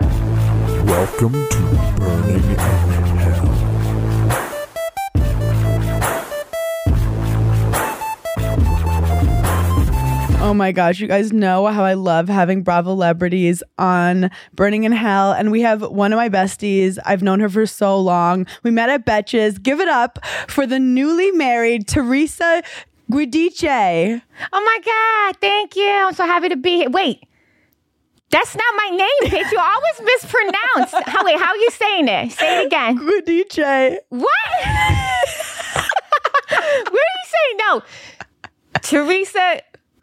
Welcome to Burning Out Hell. Oh my gosh, you guys know how I love having Bravo celebrities on Burning in Hell. And we have one of my besties. I've known her for so long. We met at Betches. Give it up for the newly married Teresa Guidice. Oh my God, thank you. I'm so happy to be here. Wait, that's not my name, bitch. You always mispronounce. How, wait, how are you saying it? Say it again. Guidice. What? Where do you say no? Teresa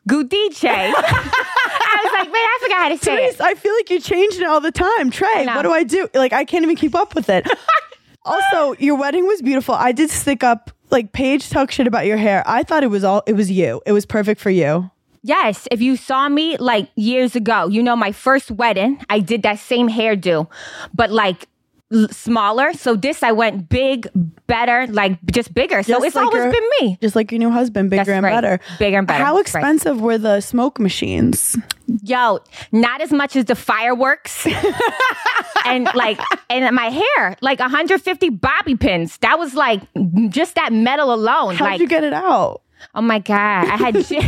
Gudice. I was like, wait, I forgot how to say Teresa, it. I feel like you're changing it all the time. Trey, know. what do I do? Like, I can't even keep up with it. also, your wedding was beautiful. I did stick up, like, Paige talk shit about your hair. I thought it was all, it was you. It was perfect for you. Yes, if you saw me like years ago, you know, my first wedding, I did that same hairdo, but like l- smaller. So this, I went big, better, like just bigger. So Just it's like always your- been me. Just like your new husband, bigger That's and right. better. Bigger and better. How That's right. expensive were the smoke machines? Yo, not as much as the fireworks. and like and my hair, like 150 bobby pins. That was like just that metal alone. How'd like you get it out? oh my God. I had G-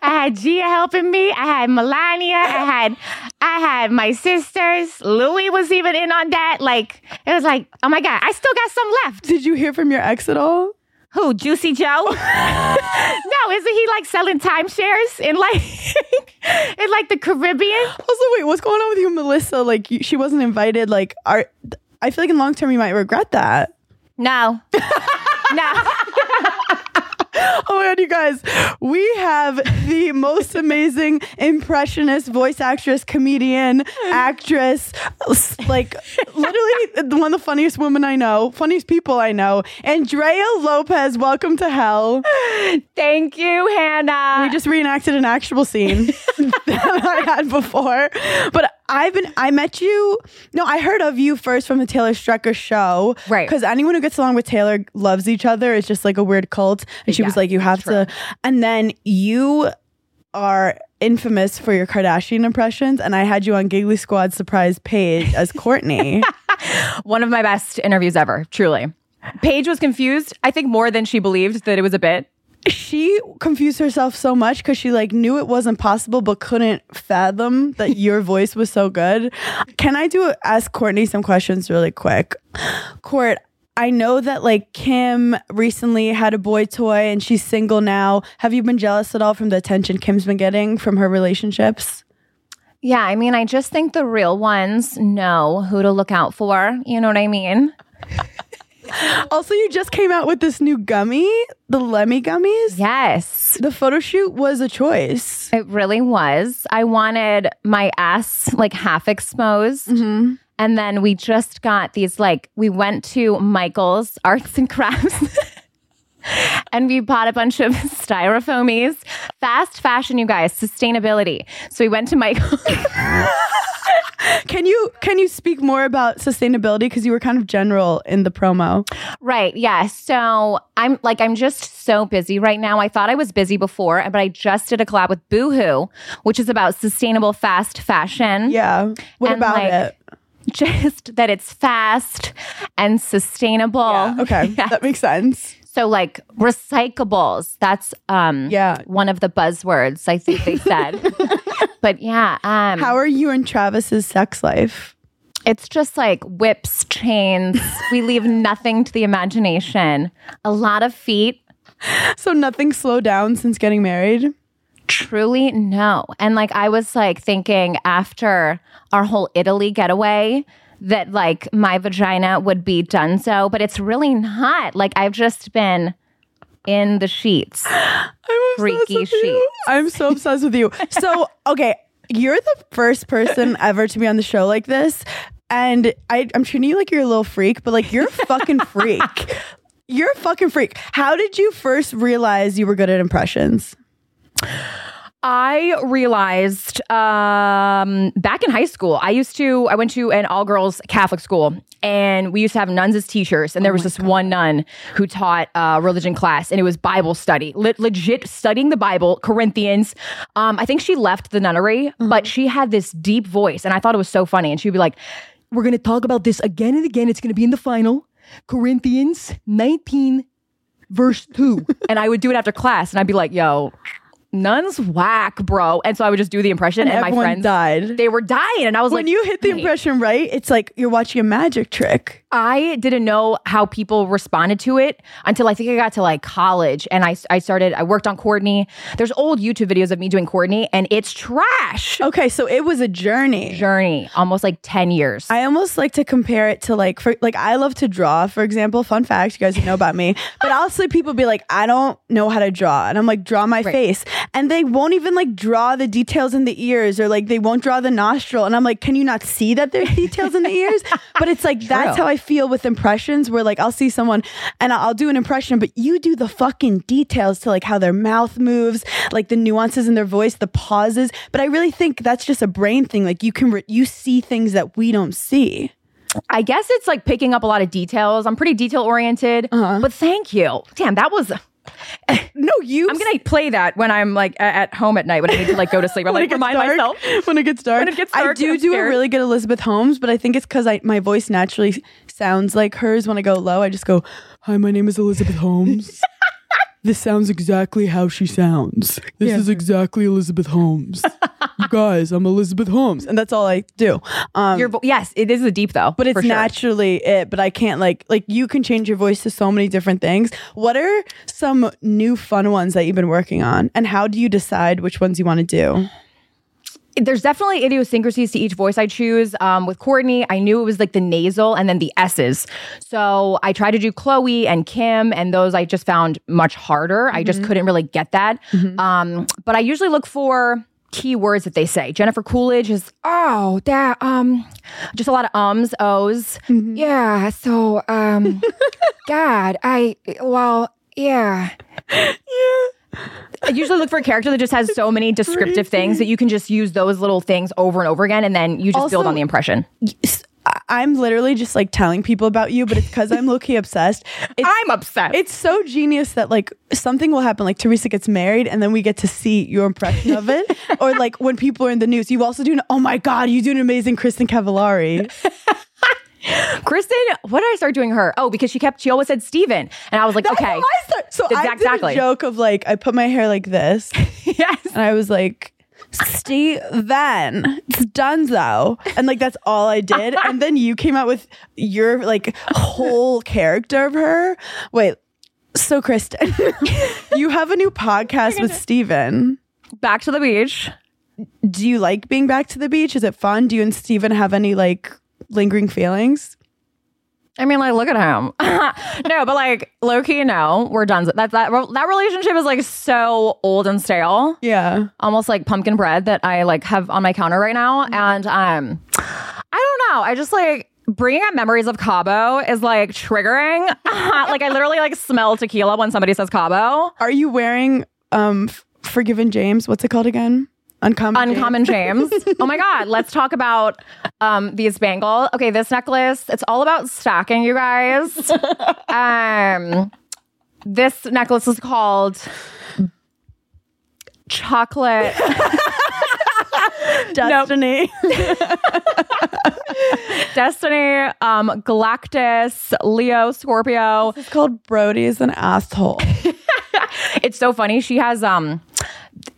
I had Gia helping me. I had Melania. I had I had my sisters. Louis was even in on that. Like it was like, oh my God, I still got some left. Did you hear from your ex at all? Who? Juicy Joe? no, isn't he like selling timeshares in like in like the Caribbean? Also, wait, what's going on with you, Melissa? Like, you, she wasn't invited. Like, are, I feel like in long term you might regret that. No. no. Oh my god, you guys, we have the most amazing impressionist voice actress, comedian, actress, s- like literally the- one of the funniest women I know, funniest people I know, Andrea Lopez. Welcome to hell. Thank you, Hannah. We just reenacted an actual scene that I had before, but I've been I met you. No, I heard of you first from the Taylor Strecker show, Right. Because anyone who gets along with Taylor loves each other. It's just like a weird cult, and she was Yeah, like, "You have to." And then you are infamous for your Kardashian impressions, and I had you on Giggly Squad surprise page as Courtney. one of my best interviews ever, truly. Paige was confused, I think more than she believed that it was a bit. she confused herself so much because she like knew it wasn't possible but couldn't fathom that your voice was so good can i do ask courtney some questions really quick court i know that like kim recently had a boy toy and she's single now have you been jealous at all from the attention kim's been getting from her relationships Yeah, I mean, I just think the real ones know who to look out for. You know what I mean? also you just came out with this new gummy the lemmy gummies Yes. the photo shoot was a choice It really was. I wanted my ass like half exposed. And then we just got these like, we went to Michael's Arts and Crafts. And we bought a bunch of styrofoamies. Fast fashion, you guys, sustainability. So we went to Michael's. can you can you speak more about sustainability because you were kind of general in the promo Right. Yeah. So I'm like, I'm just so busy right now. I thought I was busy before, but I just did a collab with Boohoo, which is about sustainable fast fashion. Yeah. What And, about like, it? Just that it's fast and sustainable. Okay. Yeah. That makes sense. So like recyclables, that's um Yeah. one of the buzzwords I think they said. but yeah, um How are you and Travis's sex life? it's just like whips, chains. we leave nothing to the imagination. A lot of feet, So nothing slowed down since getting married. Truly, no. And like, I was like thinking after our whole Italy getaway that like my vagina would be done so, but it's really not. Like, I've just been in the sheets. I'm obsessed Freaky with you. sheets. I'm so obsessed with you. So, okay, you're the first person ever to be on the show like this. And I, I'm treating you like you're a little freak, but like you're a fucking freak. You're a fucking freak. How did you first realize you were good at impressions? I realized um, back in high school, I used to, I went to an all girls Catholic school and we used to have nuns as teachers. And there was this one nun who taught uh, religion class and it was Bible study, Le- legit studying the Bible, Corinthians. Um, I think she left the nunnery, but she had this deep voice and I thought it was so funny. And she'd be like, We're going to talk about this again and again. It's going to be in the final. Corinthians 19, verse 2. and I would do it after class and I'd be like, Yo, Nuns whack, bro. And so I would just do the impression, and, my everyone friends died. They were dying, and I was When like, you hit the "Wait." Uh, impression right, it's like you're watching a magic trick. I didn't know how people responded to it until I think I got to like college, and I I started. I worked on Courtney. There's old YouTube videos of me doing Courtney, and it's trash. Okay, so it was a journey. Journey, almost like ten years. I almost like to compare it to like for like I love to draw, for example. Fun fact, you guys know about me. But I'll see people be like, I don't know how to draw. And I'm like, draw my face. And they won't even like draw the details in the ears or like they won't draw the nostril. And I'm like, can you not see that there's details in the ears? But it's like that's True. how I feel with impressions where like I'll see someone and I'll I'll do an impression, but you do the fucking details to like how their mouth moves, like the nuances in their voice, the pauses. But I really think that's just a brain thing. Like you can re- you see things that we don't see. I guess it's like picking up a lot of details. I'm pretty detail oriented, Uh-huh. but thank you. Damn, that was. No, you. I'm gonna play that when I'm like a- at home at night when I need to like go to sleep. I'm when like it gets remind dark, myself. when it gets dark. When it gets I dark, do I'm do a scared. really good Elizabeth Holmes, but I think it's because I my voice naturally sounds like hers. When I go low, I just go, "Hi, my name is Elizabeth Holmes." This sounds exactly how she sounds. This is exactly Elizabeth Holmes. you guys, I'm Elizabeth Holmes, and that's all I do. Um, Your vo- yes, it is a deep though, but it's for sure. naturally it. But I can't like like you can change your voice to so many different things. What are some new fun ones that you've been working on, and how do you decide which ones you want to do? there's definitely idiosyncrasies to each voice I choose. Um, with Courtney, I knew it was like the nasal and then the S's. So I tried to do Chloe and Kim, and those I just found much harder. I Mm-hmm. just couldn't really get that. Um, but I usually look for key words that they say. Jennifer Coolidge is oh that um just a lot of ums, O's. Mm-hmm. Yeah, so um God, I well, yeah. I usually look for a character that just has so many descriptive things that you can just use those little things over and over again and then you just build Also- on the impression. s- I- I'm literally just like telling people about you, but it's because I'm low key obsessed. It's, I'm upset. it's so genius that like something will happen, like Teresa gets married, and then we get to see your impression of it, or like when people are in the news. You also do. An, oh my god, you do an amazing Kristen Cavallari. Kristen, what did I start doing her? Oh, because she kept she always said Steven. And I was like, That's okay. how I start. So I did Exactly. a joke of like I put my hair like this, yes. and I was like. Steve Van, it's Dunzo. And like, that's all I did. And then you came out with your like whole character of her. Wait, so Kristen, you have a new podcast with Steven. Back to the beach. Do you like being back to the beach? Is it fun? Do you and Steven have any like lingering feelings? I mean, like, look at him. no, but like, low key, no, we're done. That, that that relationship is like so old and stale, Yeah. almost like pumpkin bread that I like have on my counter right now. And um, I don't know. I just like bringing up memories of Cabo is like triggering. like, I literally like smell tequila when somebody says Cabo. Are you wearing um F- Forgiven James? What's it called again? Uncommon. James? Uncommon James. oh my God. Let's talk about um, these bangles. Okay, this necklace. It's all about stacking, you guys. um, this necklace is called chocolate. Destiny. Destiny, um, Galactus, Leo, Scorpio. it's called Brody is an asshole. It's so funny. She has um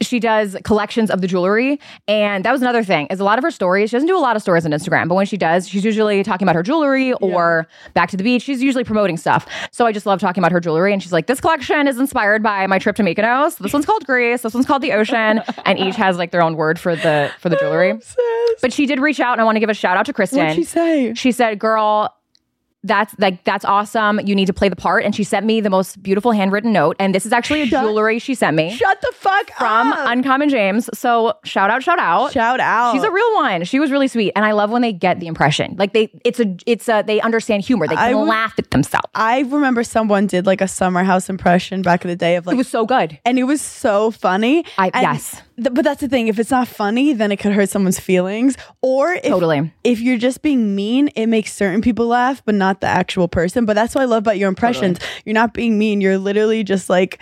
she does collections of the jewelry. And that was another thing, is a lot of her stories, she doesn't do a lot of stories on Instagram, but when she does, she's usually talking about her jewelry or back to the beach. She's usually promoting stuff. So I just love talking about her jewelry. And she's like, This collection is inspired by my trip to Mykonos. This one's called Greece. This one's called the ocean. And each has like their own word for the for the jewelry. But she did reach out and I want to give a shout out to Kristen. What'd she say? She said, "Girl, that's like that's awesome. You need to play the part." And she sent me the most beautiful handwritten note, and this is actually a Shut- jewelry she sent me Shut the fuck from up. Uncommon James. So shout out, shout out. Shout out. She's a real one. She was really sweet, and I love when they get the impression like they it's a it's a they understand humor. They I can would- laugh at themselves. I remember someone did like a summer house impression back in the day of like, It was so good. and it was so funny. I And yes. th- but that's the thing. If it's not funny, then it could hurt someone's feelings. Or if, Totally. if you're just being mean, it makes certain people laugh, but not the actual person. But that's what I love about your impressions. You're not being mean. You're literally just like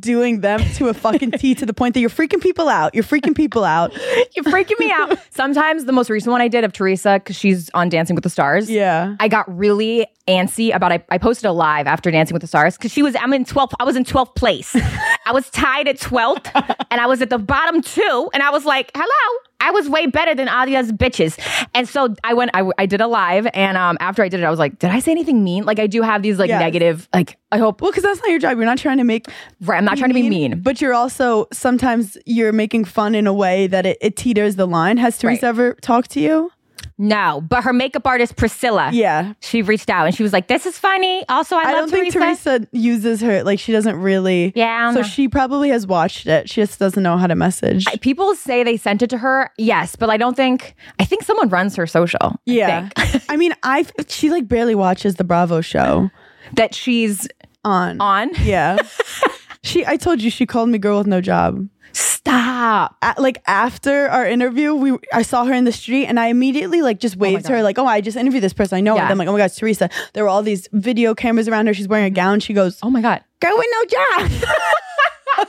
doing them to a fucking T to the point that you're freaking people out. You're freaking people out. You're freaking me out. Sometimes the most recent one I did of Teresa, because she's on Dancing with the Stars. Yeah. I got really antsy about I, I posted a live after Dancing with the Stars because she was I'm in 12th I was in 12th place. I was tied at 12th and I was at the bottom two and I was like, hello. I was way better than Adia's bitches. And so I went, I, I did a live and um, after I did it, I was like, did I say anything mean? Like I do have these like Yes. negative, like I hope, Well, because that's not your job. You're not trying to make. right, I'm not trying to be mean. But you're also sometimes you're making fun in a way that it, it teeters the line. Has Teresa Right. ever talked to you? No, but her makeup artist, Priscilla. Yeah. She reached out and she was like, this is funny. Also, I, I don't love think Teresa. Teresa uses her like she doesn't really. Yeah, I don't So know. she probably has watched it. She just doesn't know how to message. People say they sent it to her. Yes, but I don't think. I think someone runs her social. yeah. I mean, I she like barely watches the Bravo show That she's on. on. Yeah. she. I told you she called me girl with no job. Stop. At, like after our interview, we I saw her in the street and I immediately like just waved to her like, oh, I just interviewed this person. I know. Yeah. And I'm like, oh my gosh, Teresa. There were all these video cameras around her. She's wearing a gown. She goes, Oh my god. girl with no job. and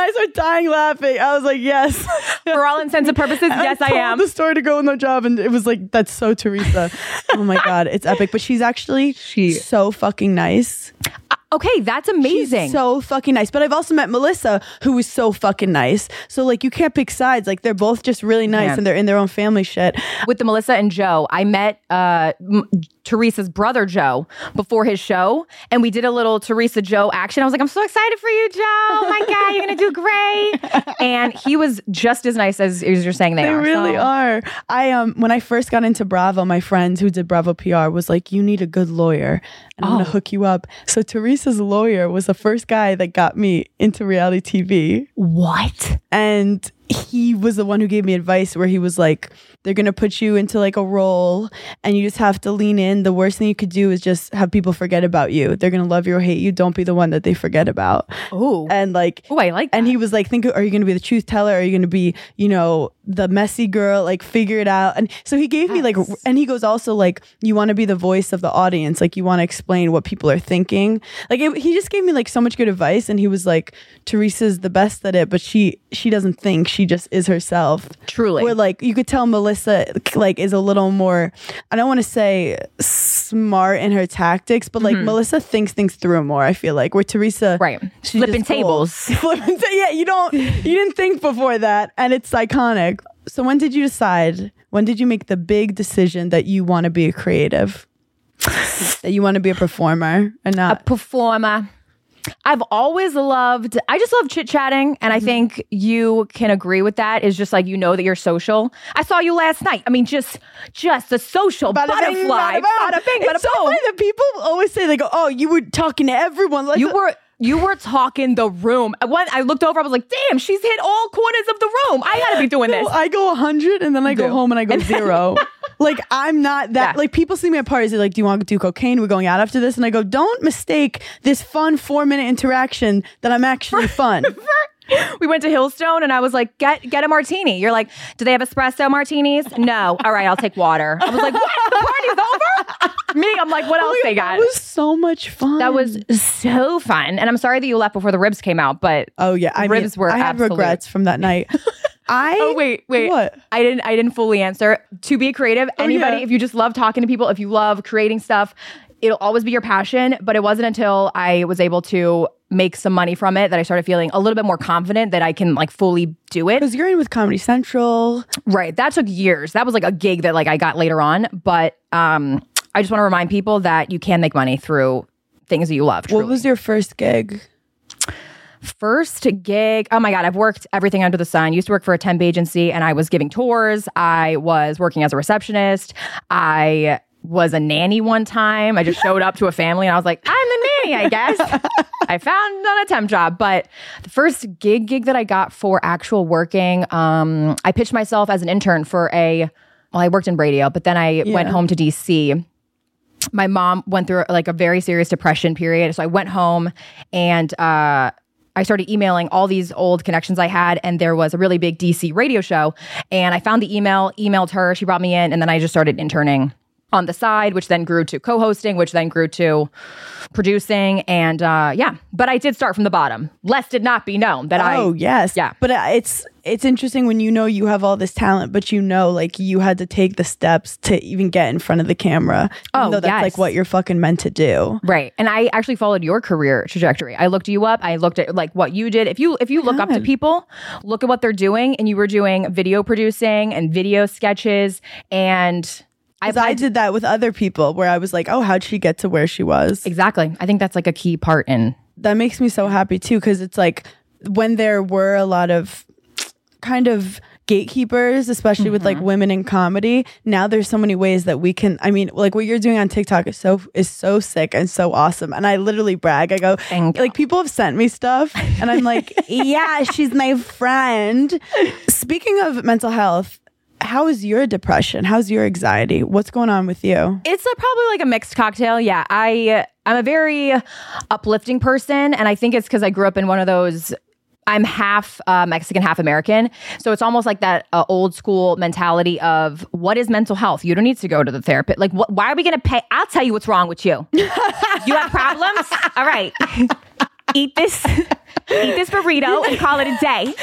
I started dying laughing. I was like, yes. For all intents and purposes, yes, I told am. The story to go with no job, and it was like that's so Teresa. oh my god, it's epic. But she's actually She- so fucking nice. Okay, that's She's amazing. so fucking nice. But I've also met Melissa, who was so fucking nice. So like you can't pick sides. Like they're both just really nice, Yeah. and they're in their own family shit. With the Melissa and Joe, I met uh, M- Teresa's brother Joe before his show, and we did a little Teresa Joe action. I was like, I'm so excited for you, Joe. Oh my god, you're gonna do great. And he was just as nice as, as you're saying they, They are. really so- are. I um when I first got into Bravo, my friend who did Bravo PR was like, "You need a good lawyer, and I'm gonna Oh. hook you up." So Teresa's lawyer was the first guy that got me into reality TV. What? and he was the one who gave me advice where he was like they're going to put you into like a role and you just have to lean in the worst thing you could do is just have people forget about you they're going to love you or hate you don't be the one that they forget about Oh. and like Oh, I like that. and he was like think are you going to be the truth teller are you going to be you know the messy girl like figure it out and so he gave me like r- and he goes also like you want to be the voice of the audience like you want to explain what people are thinking like it, he just gave me like so much good advice and he was like teresa's the best at it but she she doesn't think she just is herself Truly. where like you could tell melissa like is a little more i don't want to say smart in her tactics but like melissa thinks things through more i feel like where teresa Mm-hmm. Right. she Flipping just goes. tables. Flipping ta- yeah, you don't you didn't think before that and it's iconic. So when did you decide? When did you make the big decision that you want to be a creative? that you want to be a performer and a not performer. I've always loved, I just love chit chatting. And I Mm-hmm. think you can agree with that is just like, you know, that you're social. I saw you last night. I mean, just, just the social Bada bing, butterfly. bada bada. Bada bing, bada It's so boom. funny that people always say they go, "Oh, you were talking to everyone." Like, You were, you were talking the room. I went, I looked over, I was like, damn, she's hit all corners of the room. I gotta be doing this. I go 100 and then I go do. home and I go zero. like, I'm not that. Yeah. Like, people see me at parties. They're like, Do you want to do cocaine? We're going out after this. And I go, Don't mistake this fun four minute interaction that I'm actually fun. we went to Hillstone and I was like, get get a martini. You're like, do they have espresso martinis? No. All right, I'll take water. I was like, what? The party's over? Me, I'm like, what else they got? That was so much fun. That was so fun. And I'm sorry that you left before the ribs came out, but Oh yeah, I Ribs mean, were I have absolute. regrets from that night. I Oh wait, wait. What? Oh, I didn't I didn't fully answer. To be creative, anybody, yeah. if you just love talking to people, if you love creating stuff, it'll always be your passion. But it wasn't until I was able to make some money from it that I started feeling a little bit more confident that I can like fully do it. Because you're in with Comedy Central. Right. That took years. That was like a gig that like I got later on. But um I just want to remind people that you can make money through things that you love. Truly. What was your first gig? first gig? Oh my God, I've worked everything under the sun. Used to work for a temp agency and I was giving tours. I was working as a receptionist. I was a nanny one time. I just showed up to a family and I was like, I'm the nanny, I guess. I found on a temp job. But the first gig gig that I got for actual working, um, I pitched myself as an intern for a well, I worked in radio, but then I went home to DC my mom went through like a very serious depression period. So I went home and uh, I started emailing all these old connections I had, and there was a really big DC radio show. And I found the email, emailed her, she brought me in, and then I just started interning on the side, which then grew to co hosting, which then grew to producing. And uh, yeah, but I did start from the bottom, lest it not be known that I. oh yes, Yeah. But uh, it's it's interesting when you know you have all this talent, but you know like you had to take the steps to even get in front of the camera. even Oh, though that's yes. like what you're fucking meant to do. Right. And I actually followed your career trajectory. I looked you up. I looked at like what you did. If you if you look up to people, look at what they're doing and you were doing video producing and video sketches and I, 'Cause I did that with other people where I was like, oh, how'd she get to where she was? Exactly. I think that's like a key part in that makes me so happy too because it's like when there were a lot of kind of gatekeepers especially with Mm-hmm. like women in comedy now there's so many ways that we can i mean like what you're doing on tiktok is so is so sick and so awesome and i literally brag i go Thank you. like people have sent me stuff and i'm like yeah she's my friend speaking of mental health how is your depression how's your anxiety what's going on with you It's a, probably like a mixed cocktail. Yeah, I I'm a very uplifting person, and I think it's because I grew up in one of those. I'm half uh, Mexican, half American, so it's almost like that uh, old school mentality of what is mental health? You don't need to go to the therapist. Like, wh- why are we going to pay? I'll tell you what's wrong with you. You have problems? All right. Eat this. Eat this burrito and call it a day.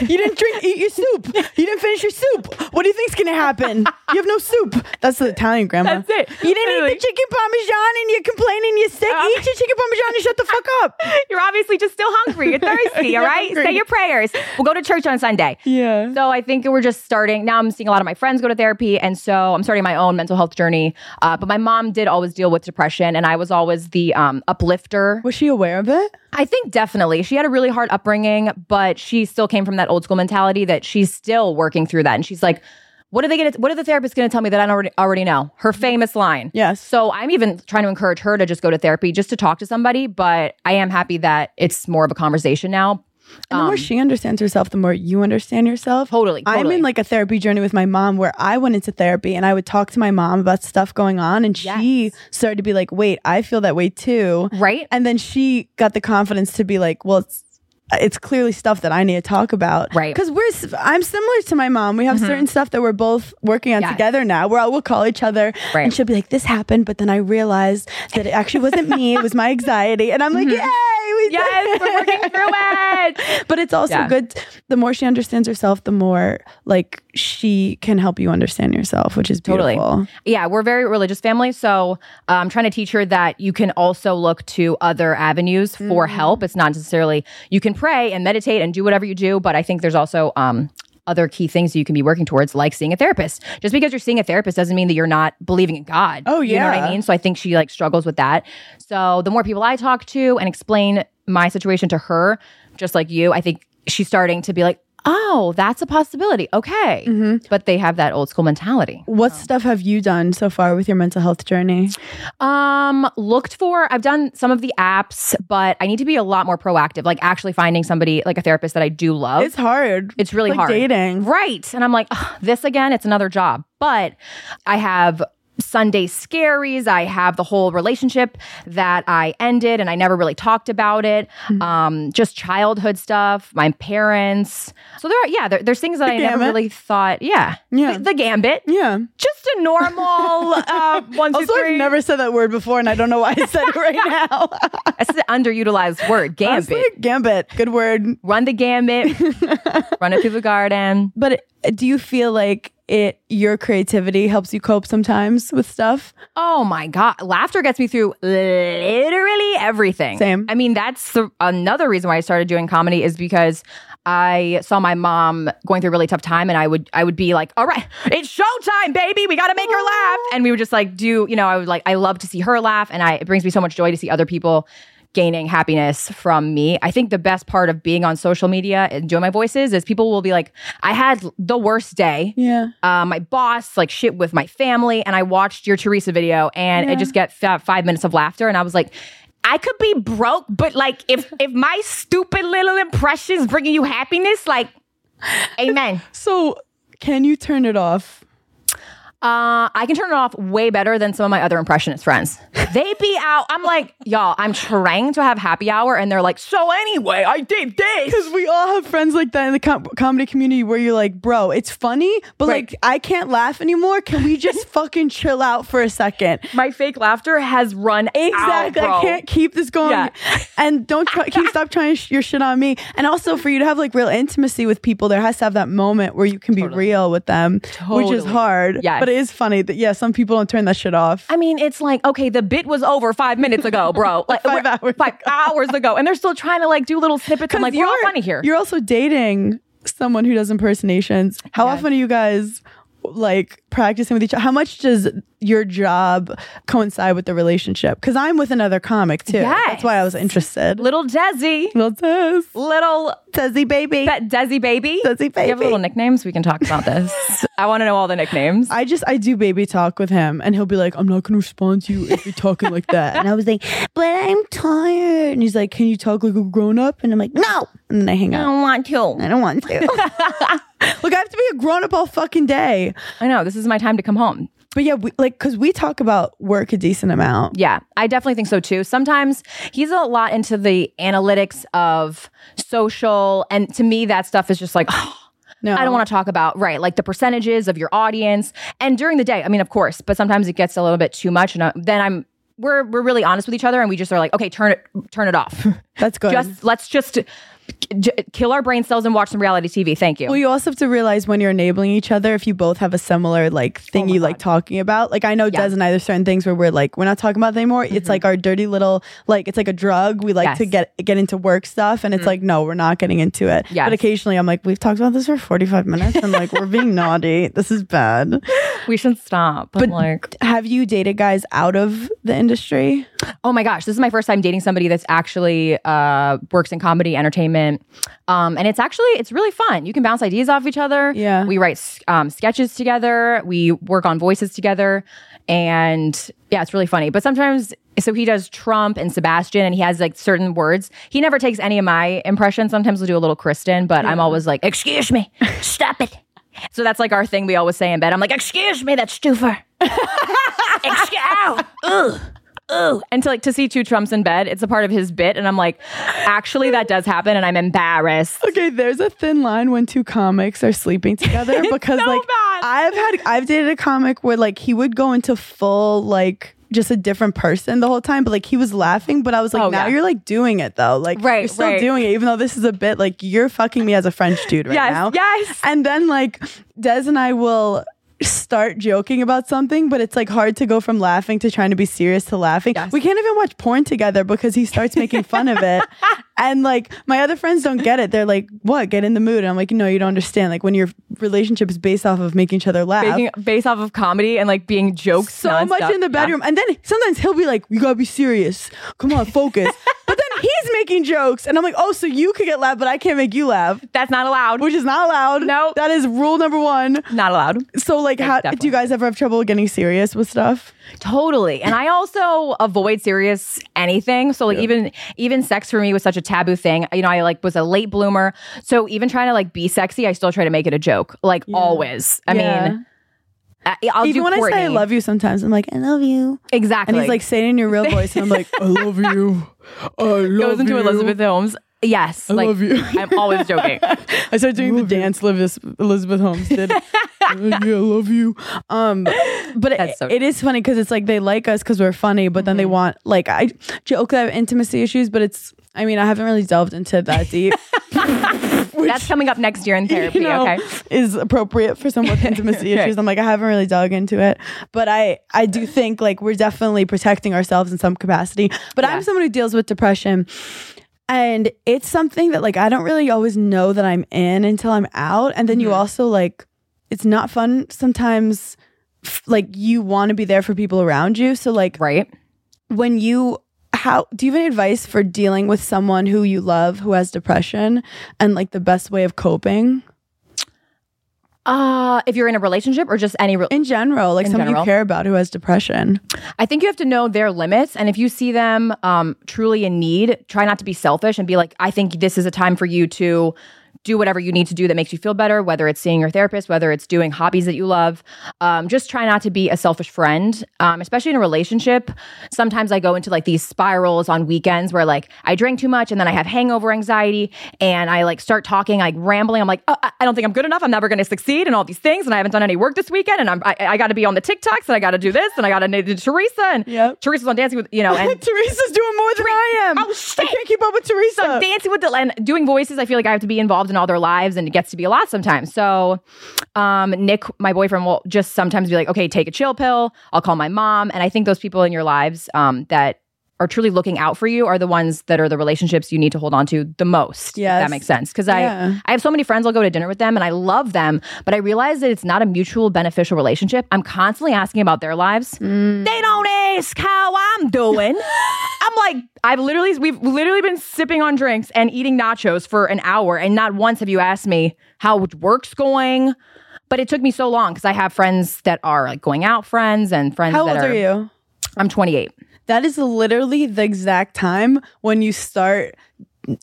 You didn't drink, eat your soup. You didn't finish your soup. What do you think's gonna happen? You have no soup. That's the Italian grandma. That's it. You didn't Literally. Uh, eat the chicken parmesan and you're complaining you're sick. eat your chicken parmesan and shut the fuck up. You're obviously just still hungry. You're thirsty. You're all right, hungry. say your prayers. We'll go to church on Sunday. Yeah. So I think we're just starting. Now I'm seeing a lot of my friends go to therapy, and so I'm starting my own mental health journey. Uh, but my mom did always deal with depression, and I was always the um, uplifter. Was she aware of it? I think definitely she had a really hard upbringing, but she still came from that old school mentality that she's still working through that, and she's like. What are they gonna? What are the therapists gonna tell me that I don't already, already know? Her famous line. Yes. So I'm even trying to encourage her to just go to therapy, just to talk to somebody. But I am happy that it's more of a conversation now. And the more she understands herself, the more you understand yourself. Um, Totally, I'm totally. in like a therapy journey with my mom where I went into therapy and I would talk to my mom about stuff going on and she started to be like, wait, I feel that way too. Right? And then she got the confidence to be like, well, it's it's clearly stuff that I need to talk about, Right. Mm-hmm. Because we're s- I'm similar to my mom. We have certain stuff that we're both working on Yes. together now. Where I will call each other, Right. and she'll be like, "This happened," but then I realized that it actually wasn't me. It was my anxiety, and I'm like, "Yay, we did Mm-hmm. Yes, we're working through it. but it's also Yeah. good the more she understands herself the more like she can help you understand yourself which is beautiful Totally. Yeah, we're a very religious family, so uh, I'm trying to teach her that you can also look to other avenues Mm. for help. It's not necessarily you can pray and meditate and do whatever you do, but I think there's also um, other key things you can be working towards, like seeing a therapist. Just because you're seeing a therapist doesn't mean that you're not believing in God. Oh, you know what yeah. I mean. So I think she like struggles with that. So the more people I talk to and explain my situation to her, just like you, I think she's starting to be like. Oh, that's a possibility. Okay. Mm-hmm. But they have that old school mentality. what stuff have you done so far with your mental health journey Um, looked for. I've done some of the apps, but I need to be a lot more proactive. Like actually finding somebody, like a therapist that I do love. it's hard It's really like hard. dating Right. And I'm like, "Ugh, this again, it's another job. But I have Sunday scaries. I have the whole relationship that I ended and I never really talked about it. Hmm. Um, just childhood stuff, my parents. So there are, yeah, there, there's things that I never gamut. really thought. Yeah. Yeah. The, the gambit. yeah Just a normal uh, one, two, also three. i've never said that word before and i don't know why i said it right now That's the underutilized word, I gambit. was like, gambit good word run the gamut, run it through the garden. but uh, do you feel like it your creativity helps you cope sometimes with stuff Oh my God. Laughter gets me through literally everything. Same. I mean, that's the, another reason why I started doing comedy is because I saw my mom going through a really tough time and I would I would be like, all right, it's showtime, baby. We gotta make her laugh. And we would just like do, you know, I would like I love to see her laugh and I it brings me so much joy to see other people gaining happiness from me. I think the best part of being on social media and doing my voices is people will be like, I had the worst day. yeah uh, my boss, like shit with my family, and I watched your Teresa video, and I just get f- five minutes of laughter, and I was like, I could be broke, but like if if my stupid little impressions bringing you happiness, like amen. so can you turn it off Uh, I can turn it off way better than some of my other impressionist friends. They be out. I'm like, y'all, I'm trying to have happy hour, and they're like, so anyway, I did this. Because we all have friends like that in the com- comedy community where you're like, bro, it's funny, but Right. like, I can't laugh anymore. Can we just fucking chill out for a second? My fake laughter has run Exactly. out. I bro. can't keep this going. Yeah. And don't try, keep stop trying sh- your shit on me. And also for you to have like real intimacy with people, there has to have that moment where you can be real with them, which is Totally. hard. Yes. But it is funny that yeah, some people don't turn that shit off. I mean, it's like, okay, the bit was over five minutes ago, bro. Like Five we're- hours five hours ago. And they're still trying to like do little snippets. I'm like, we're all you're- funny here. You're also dating someone who does impersonations. How often are you guys like practicing with each other? How much does your job coincide with the relationship? Because I'm with another comic too. That's why I was interested. Little Desi. Little Tess. Little Tezzy baby. that Desi baby. Desi Do You have baby. little nicknames. We can talk about this. I want to know all the nicknames. I just I do baby talk with him, and he'll be like, "I'm not gonna respond to you if you're talking like that." And I was like, "But I'm tired." And he's like, "Can you talk like a grown up?" And I'm like, "No." And then I hang up. want to. I don't want to. Look, I have to be a grown up all fucking day. I know this is my time to come home. But yeah, we, like because we talk about work a decent amount. Yeah, I definitely think so too. Sometimes he's a lot into the analytics of social, and to me, that stuff is just like, No, I don't want to talk about right, like the percentages of your audience, and during the day. I mean, of course, but sometimes it gets a little bit too much, and uh then I'm we're we're really honest with each other, and we just are like, okay, turn it turn it off. That's good. just let's just j- kill our brain cells and watch some reality TV. Thank you. well, you also have to realize when you're enabling each other if you both have a similar like Oh thing you like talking about. Like I know Des and I there's certain things where we're like we're not talking about that anymore. It's like our dirty little like it's like a drug. We like to Mm-hmm. Yes. Mm. get get into work stuff, and it's like no, we're not getting into it. Yes. But occasionally I'm like we've talked about this for 45 minutes, and like we're being naughty. This is bad. we should stop. But like, Have you dated guys out of the industry? oh my gosh, this is my first time dating somebody that's actually uh, works in comedy entertainment, um, and it's actually it's really fun. You can bounce ideas off each other. Yeah. we write s- um, sketches together. We work on voices together, and yeah, it's really funny. But sometimes. So he does Trump and Sebastian, and he has like certain words. He never takes any of my impressions. Sometimes we'll do a little Kristen, but I'm always like, "Excuse me, stop it." So that's like our thing we always say in bed. I'm like, "Excuse me, that's too far." Excuse- ow, ugh, ugh. And to like to see two Trumps in bed, it's a part of his bit, and I'm like, actually, that does happen, and I'm embarrassed. Okay, there's a thin line when two comics are sleeping together because so like bad. I've had I've dated a comic where like he would go into full like just a different person the whole time, but like he was laughing. But I was like, Oh, now yeah. you're like doing it though, like Right, you're still right. doing it, even though this is a bit like you're fucking me as a French dude right Yes, now. yes. And then like Des and I will start joking about something, but it's like hard to go from laughing to trying to be serious to laughing. We can't even watch porn together because he starts making fun of it. And like my other friends don't get it. They're like, "What? Get in the mood." And I'm like, "No, you don't understand. Like when your relationship is based off of making each other laugh." Making, based off of comedy and like being jokes so nonstop. much in the Yeah. bedroom. And then sometimes he'll be like, "You got to be serious. Come on, focus." but then he's making jokes and I'm like, "Oh, so you could get loud, but I can't make you laugh." That's not allowed. Which is not allowed. No. That is rule number 1. not allowed. So like, how do definitely. you guys ever have trouble getting serious with stuff? Totally. And I also avoid serious anything. So like even even sex for me was such a taboo thing. You know, I like was a late bloomer. So even trying to like be sexy, I still try to make it a joke. Like always. I Yeah. mean, I, I'll Even do when I say I Courtney. love you, sometimes I'm like, I love you, Exactly. and he's like saying it in your real voice, and I'm like, I love you, I love goes into you. Elizabeth Holmes. Yes, I like love you. I'm always joking. I started doing the dance Livis- Elizabeth Holmes did. I love you, I love you. Um, but it, That's so- it is funny because it's like they like us because we're funny, but then they want like I joke that I have intimacy issues, but it's I mean I haven't really delved into it that deep. That's coming up next year in therapy. you know, okay, is appropriate for someone with intimacy issues. I'm like, I haven't really dug into it, but I I do think like we're definitely protecting ourselves in some capacity. But I'm someone who deals with depression. And it's something that like I don't really always know that I'm in until I'm out. And then you Mm-hmm. also like it's not fun sometimes f- like you want to be there for people around you. So like right? when you how do you have any advice for dealing with someone who you love who has depression and like the best way of coping? Uh, if you're in a relationship or just any, re- in general, like In someone general. you care about who has depression. I think you have to know their limits. And if you see them um, truly in need, try not to be selfish and be like, I think this is a time for you to do whatever you need to do that makes you feel better, whether it's seeing your therapist, whether it's doing hobbies that you love. Um, just try not to be a selfish friend, um, especially in a relationship. Sometimes I go into like these spirals on weekends where like I drink too much and then I have hangover anxiety and I like start talking, like rambling. I'm like, oh, I I don't think I'm good enough. I'm never going to succeed and all these things. And I haven't done any work this weekend. And I'm, I, I got to be on the TikToks and I got to do this and I got to do Teresa. And Yep. Teresa's on Dancing with, you know, and Teresa's doing more than I am. Oh, shit. I can't keep up with Teresa. so dancing with the and doing voices i feel like i have to be involved in all their lives and it gets to be a lot sometimes so um nick my boyfriend will just sometimes be like okay take a chill pill i'll call my mom and i think those people in your lives um that are truly looking out for you are the ones that are the relationships you need to hold on to the most Yeah, Yes. that makes sense because Yeah. i i have so many friends i'll go to dinner with them and i love them but i realize that it's not a mutual beneficial relationship i'm constantly asking about their lives Mm. they don't ask how I'm doing. I'm like, I've literally, we've literally been sipping on drinks and eating nachos for an hour, and not once have you asked me how work's going. But it took me so long because I have friends that are like going out friends and friends. How old that are you? I'm 28. That is literally the exact time when you start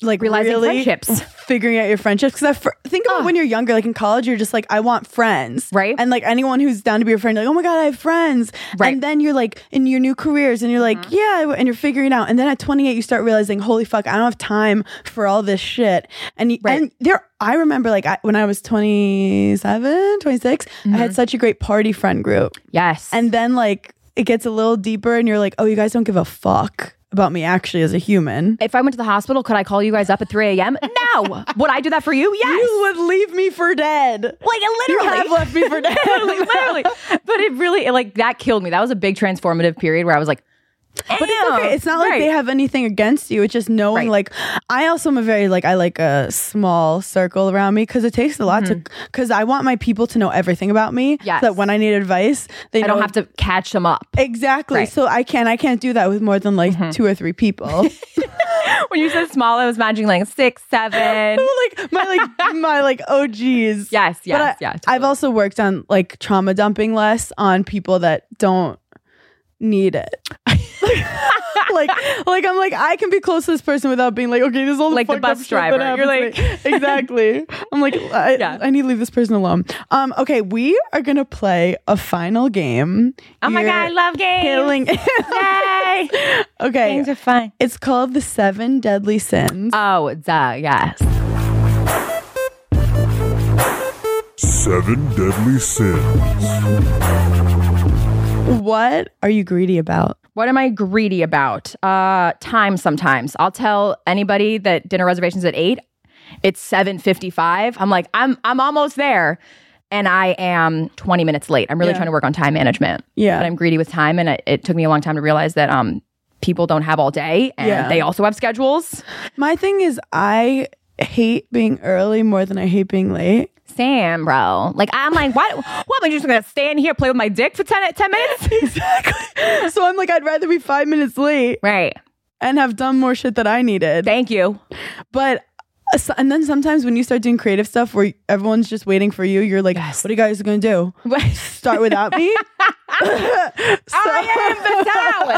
like Realizing really friendships. Ah. figuring out your friendships. Because I fr- think about when you're younger, like in college, you're just like, I want friends, Right. And like anyone who's down to be your friend, like, oh my god, I have friends, Right. Mm-hmm. And then you're like in your new careers, and you're like, yeah, I w- and you're figuring it out. And then at 28, you start realizing, holy fuck, I don't have time for all this shit. And you, Right. and there, I remember like I, when I was 27, 26, I Mm-hmm. had such a great party friend group. Yes. And then like it gets a little deeper and you're like, oh, you guys don't give a fuck about me actually as a human. if I went to the hospital, could I call you guys up at 3 a.m.? No. Would I do that for you? Yes. You would leave me for dead. like literally. You have left me for dead. literally, literally. But it really, it, like, that killed me. That was a big transformative period where I was like, But it's okay. It's not like Right. they have anything against you. It's just knowing, Right. like, I also am a very, like, I like a small circle around me because it takes a lot to, because I want my people to know everything about me. Mm-hmm. Yes. So that when I need advice, they I know don't have to catch them up. Exactly. Right. Mm-hmm. So I can't, I can't do that with more than like two or three people. when you said small, I was imagining like six, seven. like my like my like OGs. Yes, yes, But I, yeah, I've also worked on like trauma dumping less on people that don't need it. like like I'm like I can be close to this person without being like okay this is all the Like the fucked bus up shit that driver. You're happens to me. exactly I'm like I, Yeah. I need to leave this person alone um okay we are gonna play a final game Oh my god, I love games. killing Yay. okay Games are fun. it's called the seven deadly sins Oh, duh, yes. Seven deadly sins. what are you greedy about What am I greedy about? Uh, time sometimes. I'll tell anybody that dinner reservations at eight. It's seven fifty-five. I'm like, I'm I'm almost there, and I am twenty minutes late. I'm really Yeah. trying to work on time management, yeah but I'm greedy with time, and it, it took me a long time to realize that um people don't have all day, and Yeah. they also have schedules. My thing is, I hate being early more than I hate being late. Sam, bro, like I'm like, what? What am I just gonna stand here play with my dick for 10, 10 minutes? Exactly. so I'm like, I'd rather be five minutes late Right. and have done more shit that I needed. Thank you. But uh, so- and then sometimes when you start doing creative stuff where everyone's just waiting for you, you're like, "What are you guys gonna do? Start without me?" so, you're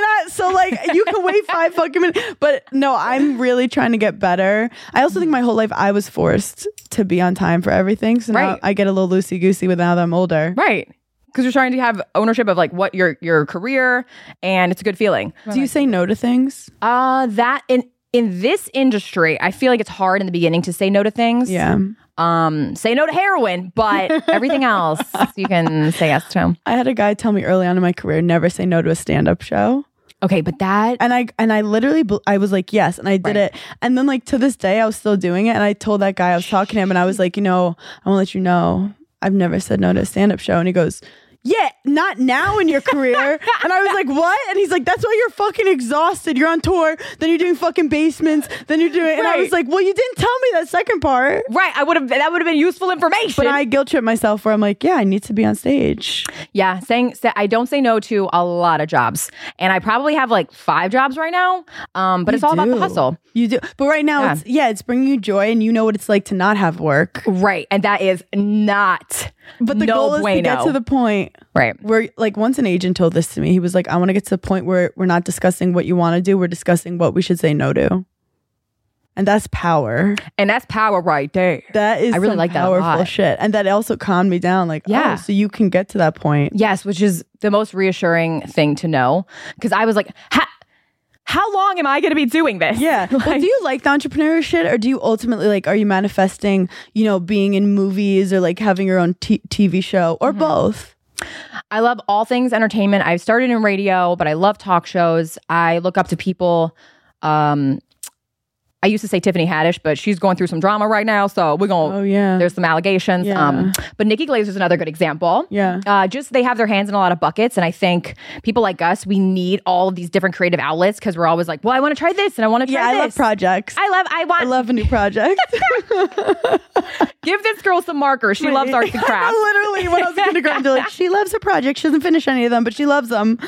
not so like you can wait five fucking minutes. But no, I'm really trying to get better. I also think my whole life I was forced to be on time for everything. So now Right. I get a little loosey goosey with now that I'm older. Right. Because you're trying to have ownership of like what your your career, and it's a good feeling. Do you say no to things? Uh, that in in this industry, I feel like it's hard in the beginning to say no to things. Yeah. Um, say no to heroin, but everything else you can say yes to. I had a guy tell me early on in my career, never say no to a stand up show. Okay, but that and I and I literally bel- I was like yes, and I did it. And then like to this day, I was still doing it. And I told that guy I was talking to him, and I was like, you know, I want to let you know, I've never said no to a stand up show. And he goes. Yeah, not now in your career. and I was like, what? And he's like, that's why you're fucking exhausted. You're on tour, then you're doing fucking basements, then you're doing. And I Right. was like, well, you didn't tell me that second part. right. I would have that would have been useful information. But I guilt trip myself where I'm like, yeah, I need to be on stage. Yeah, saying say, I don't say no to a lot of jobs, and I probably have like five jobs right now. Um, but it's all about the do. hustle, You do. But right now, Yeah. it's, yeah, it's bringing you joy, and you know what it's like to not have work. right? And that is not. But the no goal is bueno. to get to the point right. where, like, once an agent told this to me, he was like, "I want to get to the point where we're not discussing what you want to do; we're discussing what we should say no to." And And that's power. And that's power right there. That is I really some like that a powerful lot. shit. And that also calmed me down. Like, yeah. Yeah. so you can get to that point. Yes, which is the most reassuring thing to know. Because I was like, "Ha- how long am I going to be doing this? Yeah. well, do you like the entrepreneurial shit or do you ultimately like, are you manifesting, you know, being in movies or like having your own t- TV show or Mm-hmm. both? I love all things entertainment. I've started in radio, but I love talk shows. I look up to people. Um, I used to say Tiffany Haddish, but she's going through some drama right now, so we're going. Oh, yeah. there's some allegations. Yeah. Um, but Nikki Glaser's another good example. Yeah. Uh, just they have their hands in a lot of buckets, and I think people like us, we need all of these different creative outlets because we're always like, well, I want to try this and I want to yeah, try I love this. projects. I love. I want. I love a new project. Give this girl some marker. She loves arts and crafts. Literally, when I was in kindergarten, they're like, she loves her project. She doesn't finish any of them, but she loves them.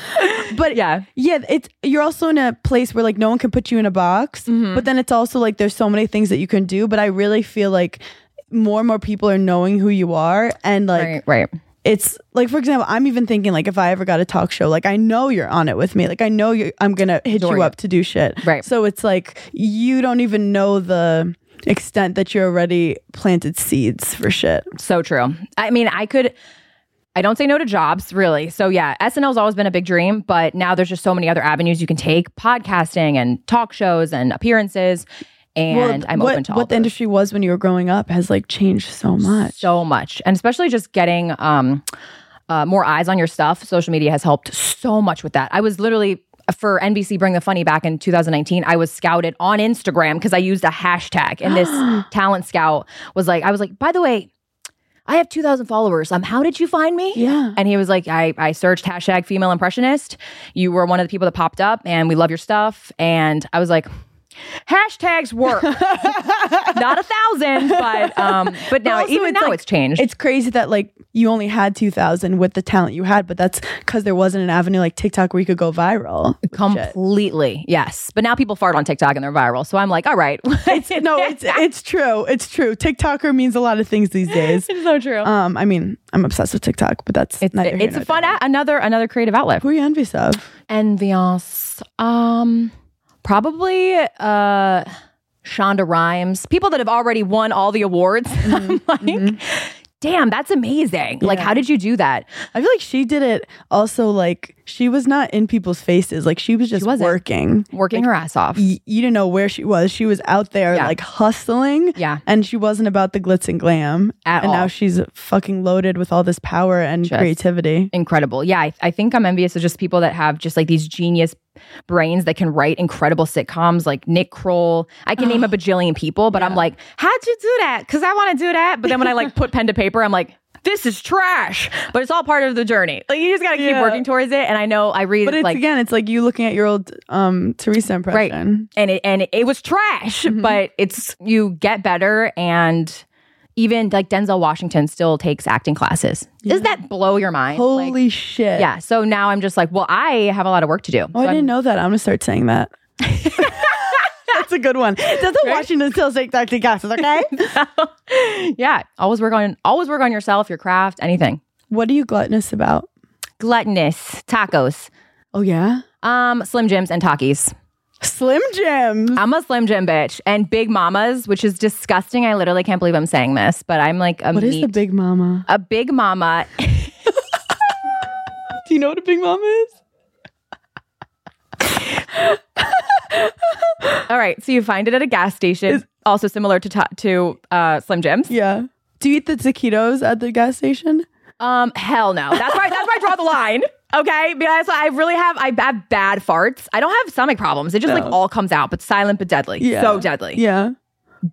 But Yeah. yeah, it's you're also in a place where like no one can put you in a box. Mm-hmm. But then it's also like there's so many things that you can do. But I really feel like more and more people are knowing who you are and like Right. Right. it's like for example i'm even thinking like if i ever got a talk show like i know you're on it with me like i know you i'm gonna hit you it. up to do shit Right. so it's like you don't even know the extent that you're already planted seeds for shit So true. I mean, I could. I don't say no to jobs, really. So yeah, SNL's always been a big dream, but now there's just so many other avenues you can take: podcasting and talk shows and appearances. And I'm what, open to all what the those. industry was when you were growing up has like changed so much so much, and especially just getting um, uh, more eyes on your stuff. Social media has helped so much with that. I was literally for NBC Bring the Funny back in 2019. I was scouted on Instagram because I used a hashtag, and this talent scout was like, I was like, by the way. I have 2,000 followers. Um, how did you find me? yeah And he was like, I, I searched hashtag female impressionist. You were one of the people that popped up and we love your stuff. And I was like, hashtags work. Not a thousand, but um, but now also even it's now like- it's changed. it's crazy that like you only had 2000 with the talent you had but that's because there wasn't an avenue like tiktok where you could go viral completely yes. But now people fart on TikTok and they're viral. So I'm like, all right. it's no, it's it's true. It's true. TikToker means a lot of things these days. It's so true. Um, I mean, I'm obsessed with TikTok, but that's it's neither here it's a nor fun there. a- another another creative outlet. Who are you envious of? Enviance. Um, probably uh, Shonda Rhimes. People that have already won all the awards. Mm-hmm. I'm like, damn, that's amazing. Like, how did you do that? I feel like she did it. Also, like she was not in people's faces. Like she was just wasn't. working. Working her ass off. Y- you didn't know where she was. She was out there Yeah. like hustling. Yeah. and she wasn't about the glitz and glam At And now all. she's fucking loaded with all this power and Just- creativity. Incredible. Yeah, I, I think I'm envious of just people that have just like these genius brains that can write incredible sitcoms like Nick Kroll. I can name a bajillion people, but I'm like, How'd you do that? Because I want to do that. but then when I like put pen to paper, I'm like, this is trash. But it's all part of the journey. Like you just gotta keep Yeah. working towards it. And I know I read But it's like again, it's like you looking at your old um Teresa impression. and it and it was trash. Mm-hmm. But it's you get better and even like Denzel Washington still takes acting classes. Does that blow your mind? Holy Like, shit! yeah. So now I'm just like, well, I have a lot of work to do. So Oh, I I'm- didn't know that. I'm gonna start saying that. That's a good one. Doesn't Washington still take Dr. Gases, okay? yeah. Always work on always work on yourself, your craft, anything. what are you gluttonous about? Gluttonous, tacos, Oh yeah? um, Slim Jims and Takis. Slim Jims. I'm a Slim Jim bitch and Big Mamas, which is disgusting. I literally can't believe I'm saying this, but I'm like a What is meat- the big mama? a Big Mama. Do you know what a big mama is? All right, so you find it at a gas station, also similar to ta- to uh, Slim Jims. Yeah. Do you eat the taquitos at the gas station? Um, hell no. That's why that's why I draw the line. Okay, because I really have I have bad farts. I don't have stomach problems. It just like all comes out, but silent but deadly. Yeah. So deadly. Yeah.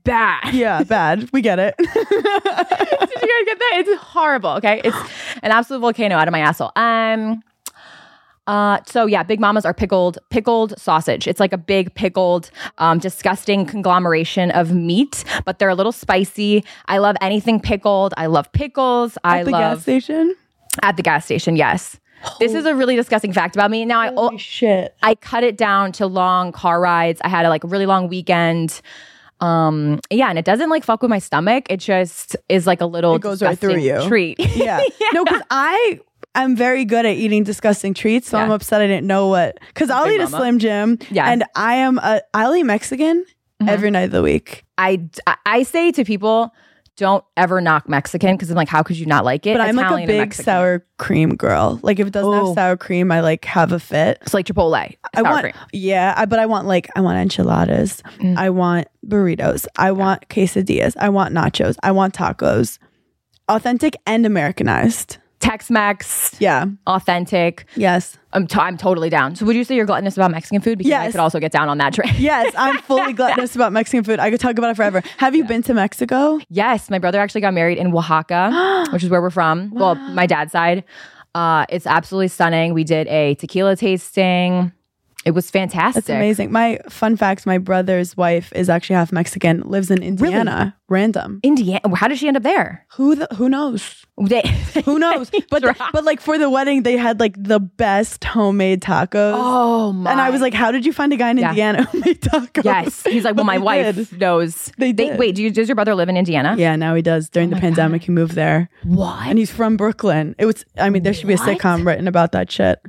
Bad. Yeah, bad. We get it. Did you guys get that? It's horrible. Okay, it's an absolute volcano out of my asshole. Um. Uh, so yeah, Big Mamas are pickled pickled sausage. It's like a big pickled, um, disgusting conglomeration of meat, but they're a little spicy. I love anything pickled. I love pickles. I at the gas love station? at the gas station. Yes, this is a really disgusting fact about me. Now I o- Shit. I cut it down to long car rides. I had a like really long weekend. Um, yeah, and it doesn't like fuck with my stomach. It just is like a little It goes right through disgusting you. treat. Yeah. No, because I am very good at eating disgusting treats, so I'm Yeah. upset I didn't know what. Because I'll Big eat a Mama. Slim Jim, Yeah. Mm-hmm. and I am a I'll eat Mexican, every night of the week. I I say to people, don't ever knock Mexican because I'm like, how could you not like it? But I'm like a Italian and big Mexican. sour cream girl. Like if it doesn't Oh. have sour cream, I like have a fit. It's like Chipotle. I sour want, cream. Mm. yeah, I, but I want like I want enchiladas, I want burritos, I want quesadillas, I want nachos, I want tacos, authentic and Americanized. Tex-Mex, Yeah, authentic. yes, I'm, t- I'm totally down. So would you say you're gluttonous about Mexican food? Because I Yes. could also get down on that train. yes. I'm fully gluttonous about Mexican food. I could talk about it forever. Have you been to Mexico? yes, my brother actually got married in Oaxaca, which is where we're from. Well, my dad's side. Uh, it's absolutely stunning. We did a tequila tasting. It was fantastic. That's amazing. My fun fact: my brother's wife is actually half Mexican, lives in Indiana. Random. Indiana. How did she end up there? Who the, who knows? They- Who knows? But the- but like for the wedding, they had like the best homemade tacos. oh my! And I was like, "How did you find a guy in Yeah. Indiana who made tacos?" Yes. He's like, well, But my they wife did. knows. They did. wait, do you, does your brother live in Indiana? Yeah, now he does. Oh During the pandemic, he moved there, What? and he's from Brooklyn. It was. I mean, there should be a What? sitcom written about that shit.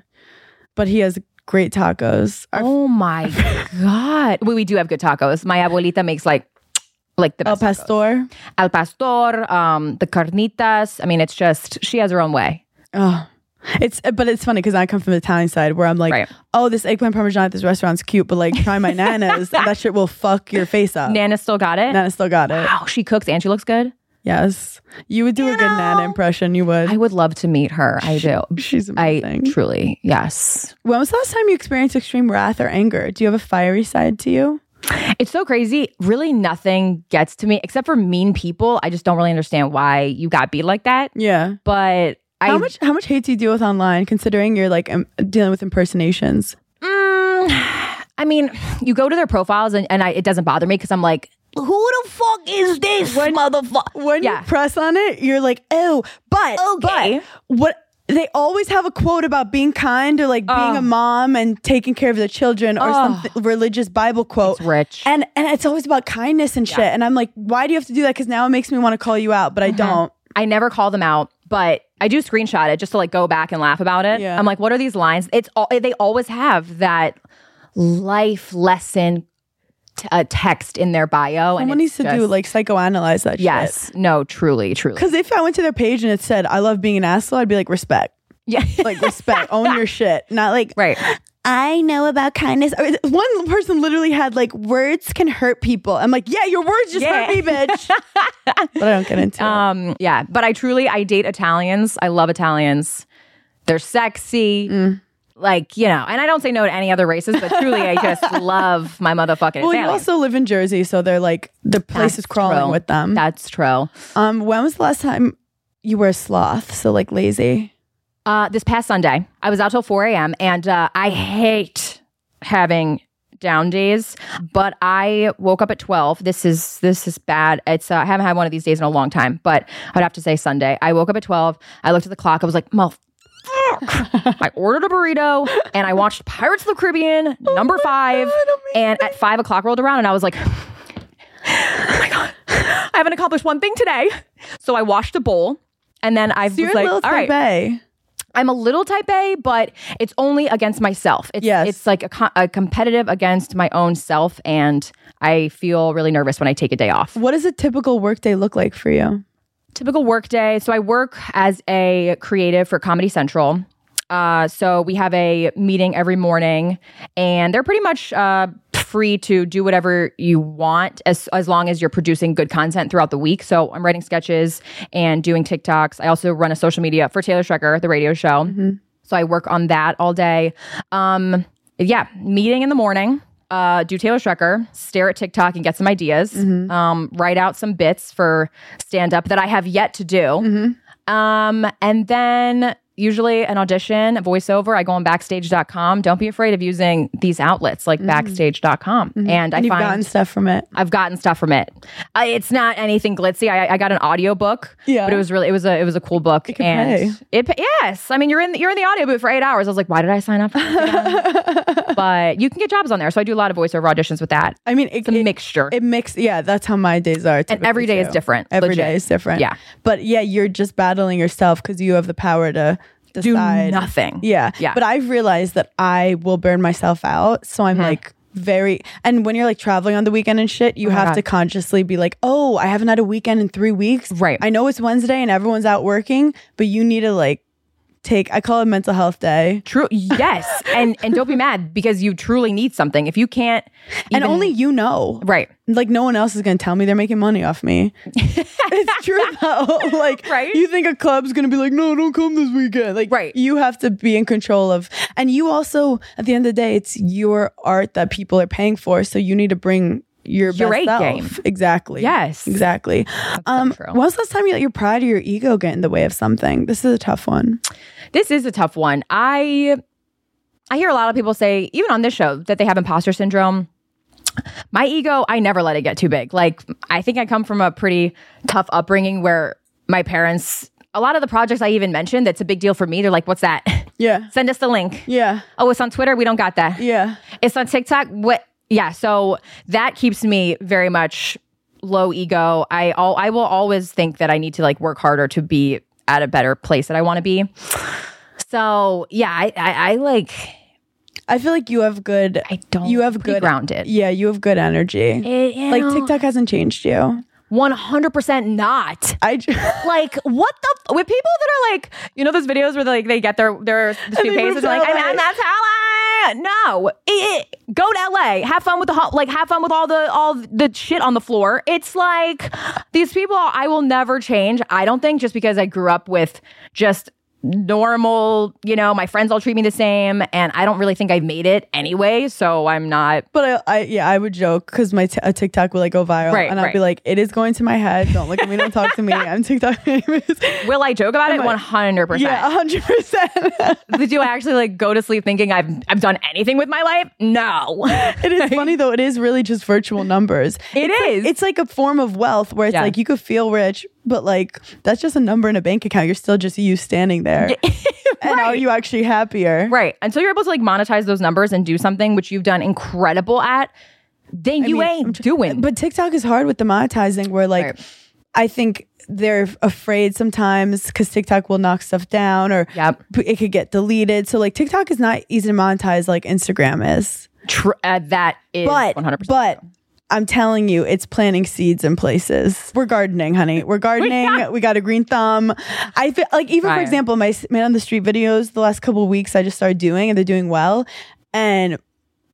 But he has great tacos. Our Oh my god! We, we do have good tacos. My abuelita makes like, like the El best tacos. Pastor. al pastor, um, the carnitas. I mean, it's just she has her own way. Oh. It's but it's funny because I come from the Italian side where I'm like, Right. oh, this eggplant parmesan at this restaurant's cute, but like try my nanas, and that shit will fuck your face up. Nana still got it. Nana still got it. Wow, she cooks and she looks good. Yes, you would do a good Nana impression. You would. I would love to meet her. I do. She's I amazing. truly, yes. when was the last time you experienced extreme wrath or anger? Do you have a fiery side to you? It's so crazy. Really, nothing gets to me except for mean people. I just don't really understand why you got beat like that. Yeah. But I How much how much hate do you deal with online? Considering you're like um, dealing with impersonations. Mm, I mean, you go to their profiles and, and I, it doesn't bother me because I'm like, who the fuck is this motherfucker? When Yeah. you press on it, you're like, oh, but Okay. but what they always have a quote about being kind or like being a mom and taking care of their children or some th- religious Bible quote. It's rich. And and it's always about kindness and shit. And I'm like, why do you have to do that? Because now it makes me want to call you out, but Uh-huh. I don't. I never call them out, but I do screenshot it just to like go back and laugh about it. Yeah. I'm like, what are these lines? It's all they always have that life lesson t- uh, text in their bio. Someone and it's needs to do just- like psychoanalyze that shit. yes, no, truly, truly. Because if I went to their page and it said, I love being an asshole, I'd be like, respect. Yeah, Like, respect. Own your shit. Not like, right. I know about kindness. I mean, One person literally had like words can hurt people. I'm like, yeah, your words just Yeah. hurt me, bitch. but I don't get into it. Um, yeah, but I truly I date Italians. I love Italians. They're sexy. Mm. Like, you know, and I don't say no to any other races, but truly I just love my motherfucking Well, you Italians. also live in Jersey, so they're like the place is That's crawling true. with them. That's true. Um, when was the last time you were a sloth? So like lazy. Uh, this past Sunday, I was out till 4 a.m. and uh, I hate having down days, but I woke up at 12. This is this is bad. It's uh, I haven't had one of these days in a long time, but I'd have to say Sunday. I woke up at 12. I looked at the clock. I was like, "Motherfuck." I ordered a burrito and I watched Pirates of the Caribbean number five. and at five o'clock rolled around and I was like, "Oh my god, I haven't accomplished one thing today." So I washed a bowl and then I You're was a like, little "All right, Bay. I'm a little type A, but it's only against myself. It's, Yes. it's like a, co- a competitive against my own self. And I feel really nervous when I take a day off. What does a typical workday look like for you? Typical work day. So I work as a creative for Comedy Central. Uh, so we have a meeting every morning, and they're pretty much uh, free to do whatever you want as as long as you're producing good content throughout the week. So I'm writing sketches and doing TikToks. I also run a social media for Taylor Strecker, the radio show. So I work on that all day. Um, yeah, meeting in the morning. Uh, do Taylor Strecker, stare at TikTok and get some ideas, Mm-hmm. um, write out some bits for stand up that I have yet to do. Mm-hmm. Um, and then usually an audition, a voiceover. I go on backstage.com. Don't be afraid of using these outlets like backstage.com. And, I Mm-hmm. And you've find gotten stuff from it. I've gotten stuff from it. Uh, it's not anything glitzy. I, I got an audio book, Yeah. but it was really it was a it was a cool book. can and it pa- yes, I mean you're in you're in the audio booth for eight hours. I was like, why did I sign up? for this again? but you can get jobs on there, so I do a lot of voiceover auditions with that. I mean, it, It's a it- mixture. It mixed, yeah. That's how my days are. typically, every day is too. different, Every day legit. is different. Yeah. but yeah, you're just battling yourself because you have the power to do decide. nothing. Yeah, Yeah. Mm-hmm. But I've realized that I will burn myself out, so I'm like, very and when you're like traveling on the weekend and shit, Oh you have to consciously be like, "Oh, I haven't had a weekend in 3 weeks." Right. I know it's Wednesday and everyone's out working, but you need to like take I call it mental health day. True. Yes. and and don't be mad because you truly need something. If you can't and only you know. Right. Like no one else is going to tell me they're making money off me. it's true though. like Right? you think a club's going to be like, "No, don't come this weekend." Like Right. you have to be in control of and you also at the end of the day, it's your art that people are paying for, so you need to bring your, Your best A self. game. Exactly. Yes. Exactly. Um true. when was the last time you let your pride or your ego get in the way of something? This is a tough one. This is a tough one. I I hear a lot of people say, even on this show, that they have imposter syndrome. My ego, I never let it get too big. Like I think I come from a pretty tough upbringing where my parents a lot of the projects I even mentioned that's a big deal for me. They're like, what's that? Yeah. Send us the link. Yeah. Oh, it's on Twitter. We don't got that. Yeah. It's on TikTok. What? Yeah. So that keeps me very much low ego. I all I will always think that I need to like work harder to be at a better place that I want to be. So yeah, I, I I like I feel like you have good I don't. You have good- grounded. Yeah, you have good energy. like TikTok hasn't changed you. One hundred percent not. I j- Like what the f- with people that are like you know those videos where they like they get their their they street move faces to like I'm, LA. I'm not to LA. No, It- it- go to LA. Have fun with the ho- like have fun with all the all the shit on the floor. It's like these people I will never change. I don't think just because I grew up with just normal you know my friends all treat me the same and i don't really think i've made it anyway so i'm not but I, I yeah, I would joke because my t- a TikTok would like go viral, Right, and I'd be right. like, "It is going to my head. Don't look at me. Don't talk to me. I'm TikTok famous." will i joke about it I- 100% yeah, hundred percent. do I actually like go to sleep thinking I've I've done anything with my life? No. It is funny though. It is really just virtual numbers. It it's is. Like, it's like a form of wealth where it's Yeah. like you could feel rich, but like that's just a number in a bank account. You're still just you standing there. And are you actually happier? right. Until you're able to like monetize those numbers and do something which you've done incredible at, then you mean, I'm ain't tr- doing. But TikTok is hard with the monetizing where like Right. I think they're afraid sometimes because TikTok will knock stuff down or Yep. p- it could get deleted. So like TikTok is not easy to monetize like Instagram is. Tr- uh, that is But 100%. but I'm telling you, it's planting seeds in places. We're gardening, honey. We're gardening. we got a green thumb. I feel like even for Fire. example, my s- man on the street videos the last couple of weeks I just started doing and they're doing well. And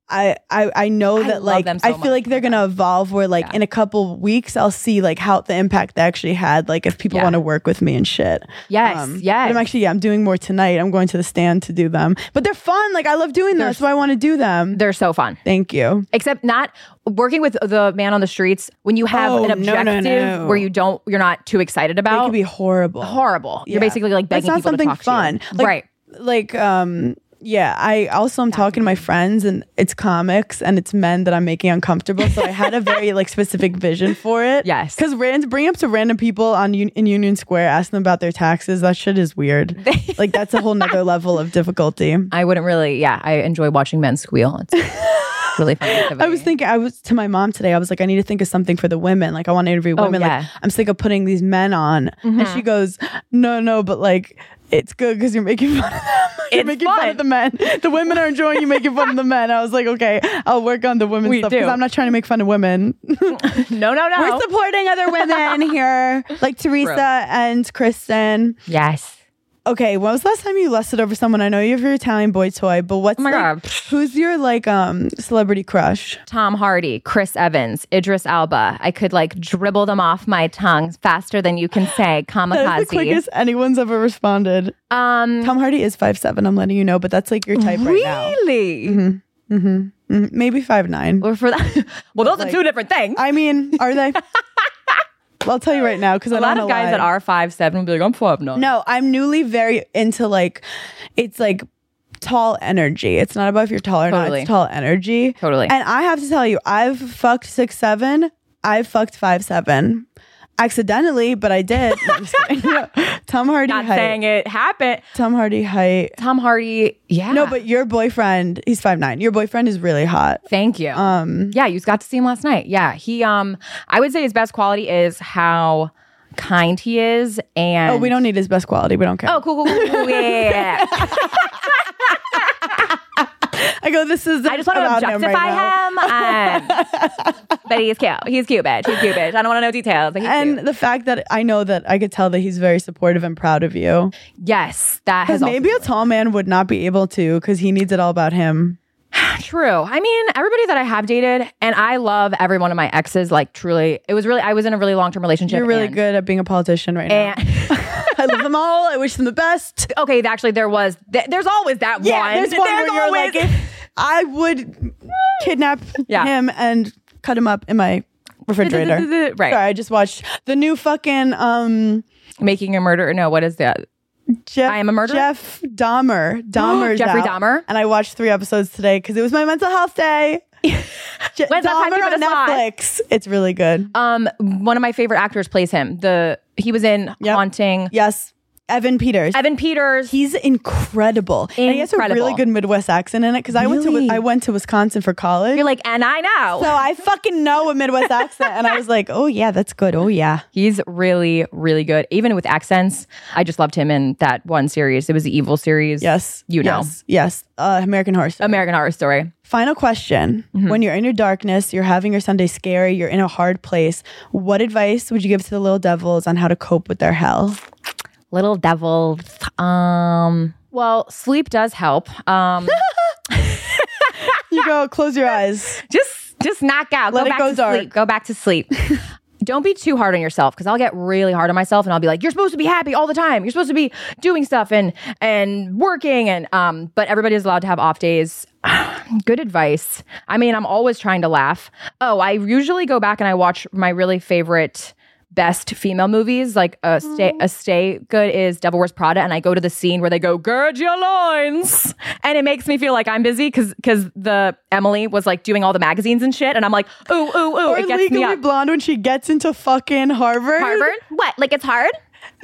I I, I know that love like them so I feel much. like they're gonna evolve where like in a couple of weeks I'll see like how the impact they actually had, like if people Yeah. want to work with me and shit. Yes, Um, yes. But I'm actually yeah, I'm doing more tonight. I'm going to the stand to do them. But they're fun. Like I love doing them. That's why I want to do them. they're so fun. Thank you. Except not working with the man on the streets when you have Oh, an no, no, objective no. where you don't you're not too It excited about. could be horrible. horrible. You're Yeah. basically like That's begging not people something to talk fun. to you. Like, right. like um yeah i also am talking to my friends and it's comics and it's men that i'm making uncomfortable so i had a very like specific vision for it Yes. because rand bring up to random people on Un- in union square ask them about their taxes that shit is weird like that's a whole nother level of difficulty I wouldn't really. Yeah, I enjoy watching men squeal. It's really fun. activity. I was thinking, I was to my mom today, I was like, I need to think of something for the women. Like, I want to interview women. Oh, yeah. Mm-hmm. Like, I'm sick of putting these men on. And she goes, No, no, but like, it's good because you're making fun of them. You're It's making fun fun. of the men. The women are enjoying you making fun of the men. I was like, okay, I'll work on the women We stuff because do. I'm not trying to make fun of women. no, no, no. We're supporting other women here, like Teresa and Kristen. yes. Okay, when was the last time you lusted over someone? I know you have your Italian boy toy, but what's Oh my like, God. who's your like um celebrity crush? Tom Hardy, Chris Evans, Idris Alba. I could like dribble them off my tongue faster than you can say That is the kamikaze. quickest anyone's ever responded. Um, Tom Hardy is five seven. I'm letting you know, but that's like your type right now. Mm-hmm. really? Mm, Maybe five nine. Or for that? well, those Like- are two different things. I mean, are they? I'll tell you right now because A lot of guys that are five seven would be like, I'm five nine. No, I'm newly very into like, it's like tall energy. It's not about if you're tall or not. Totally. It's tall energy. Totally. And I have to tell you, I've fucked six seven. I've fucked five seven, accidentally, but I did. No, I'm just kidding. No. Tom Hardy not height. saying it happened. Tom Hardy height. Tom Hardy, yeah. No, but your boyfriend, he's five nine. Your boyfriend is really hot. Thank you. Um, yeah, you got to see him last night. Yeah, he. Um, I would say his best quality is how kind he is, and oh, we don't need his best quality. We don't care. Oh, cool, cool, cool, cool. yeah. I I go, this is I just want to about him objectify right now. him. um, but he's cute. He's cute, bitch. He's cute, bitch. I don't want to know details. but he's And cute. the fact that I know that I could tell that he's very supportive and proud of you. Yes, that Because has also- maybe a tall man would not be able to because he needs it all about him. True. I mean, everybody that I have dated, and I love every one of my exes. Like, truly, it was really. I was in a really long term relationship. You're really and- good at being a politician right now. And I love them all. I wish them the best. okay, actually, there was. th- there's always that Yeah, one. there's one where you're always- like, if I would kidnap Yeah. him and cut him up in my refrigerator. Right. Sorry, I just watched the new fucking um making a murder. No, what is that? Jeff. I Am a Murderer? Jeff Dahmer. Dahmer. Jeffrey Dahmer? And I watched three episodes today because it was my mental health day. Je- When's the last time you Dahmer on were on the Netflix. It's really good. Um, one of my favorite actors plays him. The he was in Yep. Haunting. yes, Evan Peters. Evan Peters. He's incredible. and he has a Incredible. really good Midwest accent in it because I went to Really? I went to Wisconsin for college. you're like, and I know. so I fucking know a Midwest accent, and I was like, "Oh yeah, that's good. Oh yeah." He's really, really good. Even with accents, I just loved him in that one series. It was the Evil series. Yes, you know, Yes, yes. Uh, American Horse. Story. American Horror Story. Final question: When you're in your darkness, you're having your Sunday scary, you're in a hard place. What advice would you give to the little devils on how to cope with their hell? little devil. Um, well, sleep does help. Um, You go close your eyes. just just knock out. Let go it back go to dark. sleep. Go back to sleep. Don't be too hard on yourself because I'll get really hard on myself and I'll be like, "You're supposed to be happy all the time. You're supposed to be doing stuff and and working and um." But everybody's allowed to have off days. Good advice. I mean, I'm always trying to laugh. Oh, I usually go back and I watch my really favorite best female movies. Like a stay a stay good is Devil Wears Prada, and I go to the scene where they go gird your loins, and it makes me feel like I'm busy because because the Emily was like doing all the magazines and shit, and I'm like ooh ooh ooh, Or it gets legally me up. blonde when she gets into fucking Harvard. Harvard? What? Like it's hard?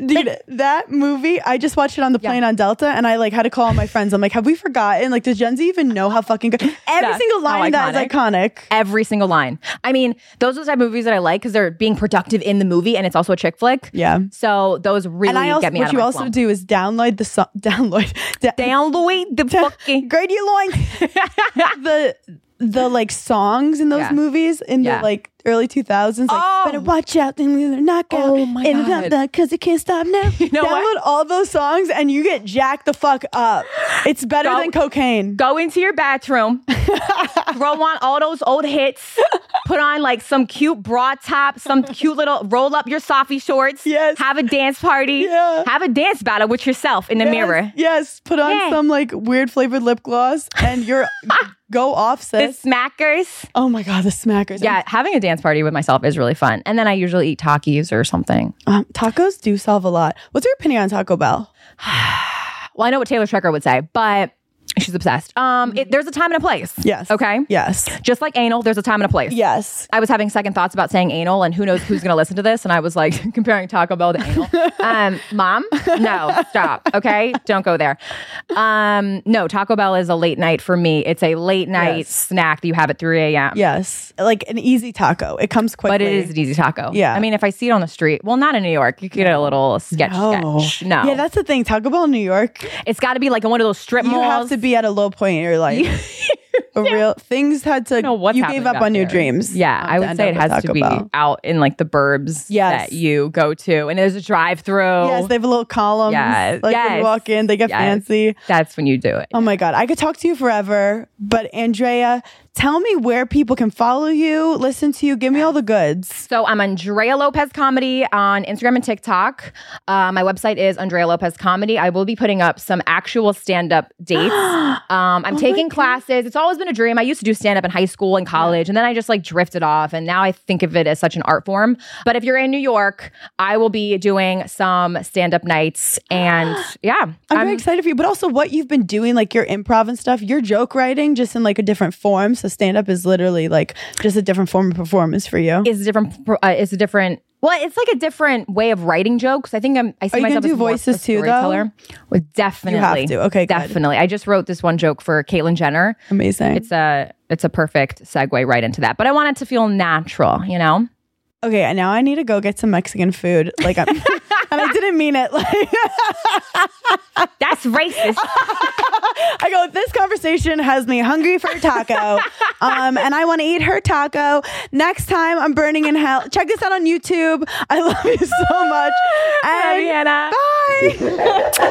Dude, that movie, I just watched it on the plane on Delta and I like had to call all my friends. I'm like, have we forgotten? Like, does Gen Z even know how fucking good? Every That's single how line of that is iconic. Every single line. I mean, those are the type of movies that I like because they're being productive in the movie, and it's also a chick flick. Yeah. So those really And I also, get me out what of you my also slump. do is download the song, download, da- download the fucking grade your loins. the, the like songs in those Yeah. movies in Yeah. the like early 2000s. Like, Oh. better watch out, then we'll knock out. Oh my and God. Because it can't stop now. You know download what? all those songs and you get jacked the fuck up. It's better Go- than cocaine. go into your bathroom, throw on all those old hits, put on like some cute bra top, some cute little roll up your softy shorts. Yes. Have a dance party. Yeah. Have a dance battle with yourself in the Yes, mirror. Yes, put on Yeah. some like weird flavored lip gloss and you're go off The sis. smackers. Oh my god, the smackers. Yeah, having a dance party with myself is really fun. And then I usually eat Takis or something. Um, tacos do solve a lot. What's your opinion on Taco Bell? Well, I know what Taylor Trecker would say, but she's obsessed. Um, it, there's a time and a place. Yes. Okay. Yes. Just like anal, there's a time and a place. Yes. I was having second thoughts about saying anal, and who knows who's going to listen to this. And I was like comparing Taco Bell to anal. Um, Mom, no, stop. Okay, don't go there. Um, no, Taco Bell is a late night for me. It's a late night Yes. snack that you have at 3 a.m. Yes. Like an easy taco. It comes quickly. But it is an easy taco. Yeah. I mean, if I see it on the street, well, not in New York, you could get a little sketch Oh. sketch. No. Yeah, that's the thing. Taco Bell in New York, it's got to be like in one of those strip you have malls. to be at a low point in your life. a real things had to know what's you happening gave up back on your there. dreams. Yeah, um, I to would end say up it with has to Taco be Bell. out in like the burbs Yes. that you go to, and there's a drive-through. Yes, they have a little column. Yes, Like when yes, you walk in, they get yes. fancy. That's when you do it. Oh my God. I could talk to you forever. But Andrea, tell me where people can follow you, listen to you, give me all the goods. So I'm Andrea Lopez Comedy on Instagram and TikTok. Uh, my website is Andrea Lopez Comedy. I will be putting up some actual stand up dates. Oh Um, I'm taking classes. It's always been a dream. I used to do stand up in high school and college, and then I just like drifted off. And now I think of it as such an art form. But if you're in New York, I will be doing some stand up nights. And yeah, I'm, very excited for you, but also what you've been doing, like your improv and stuff, your joke writing, just in like a different form. So stand up is literally like just a different form of performance for you. it's a different. Uh, it's a different. Well, it's like a different way of writing jokes. I think I'm. I see Are you gonna myself do as more of a voices too, though? storyteller. Well, definitely. to. Okay, good. definitely. I just wrote this one joke for Caitlyn Jenner. Amazing. It's a it's a perfect segue right into that. But I want it to feel natural, you know. okay, and now I need to go get some Mexican food. Like I'm, and I didn't mean it. Like That's racist. I go, this conversation has me hungry for a taco. um, and I want to eat her taco. Next time I'm burning in hell. Check this out on YouTube. I love you so much. And Hannah. bye.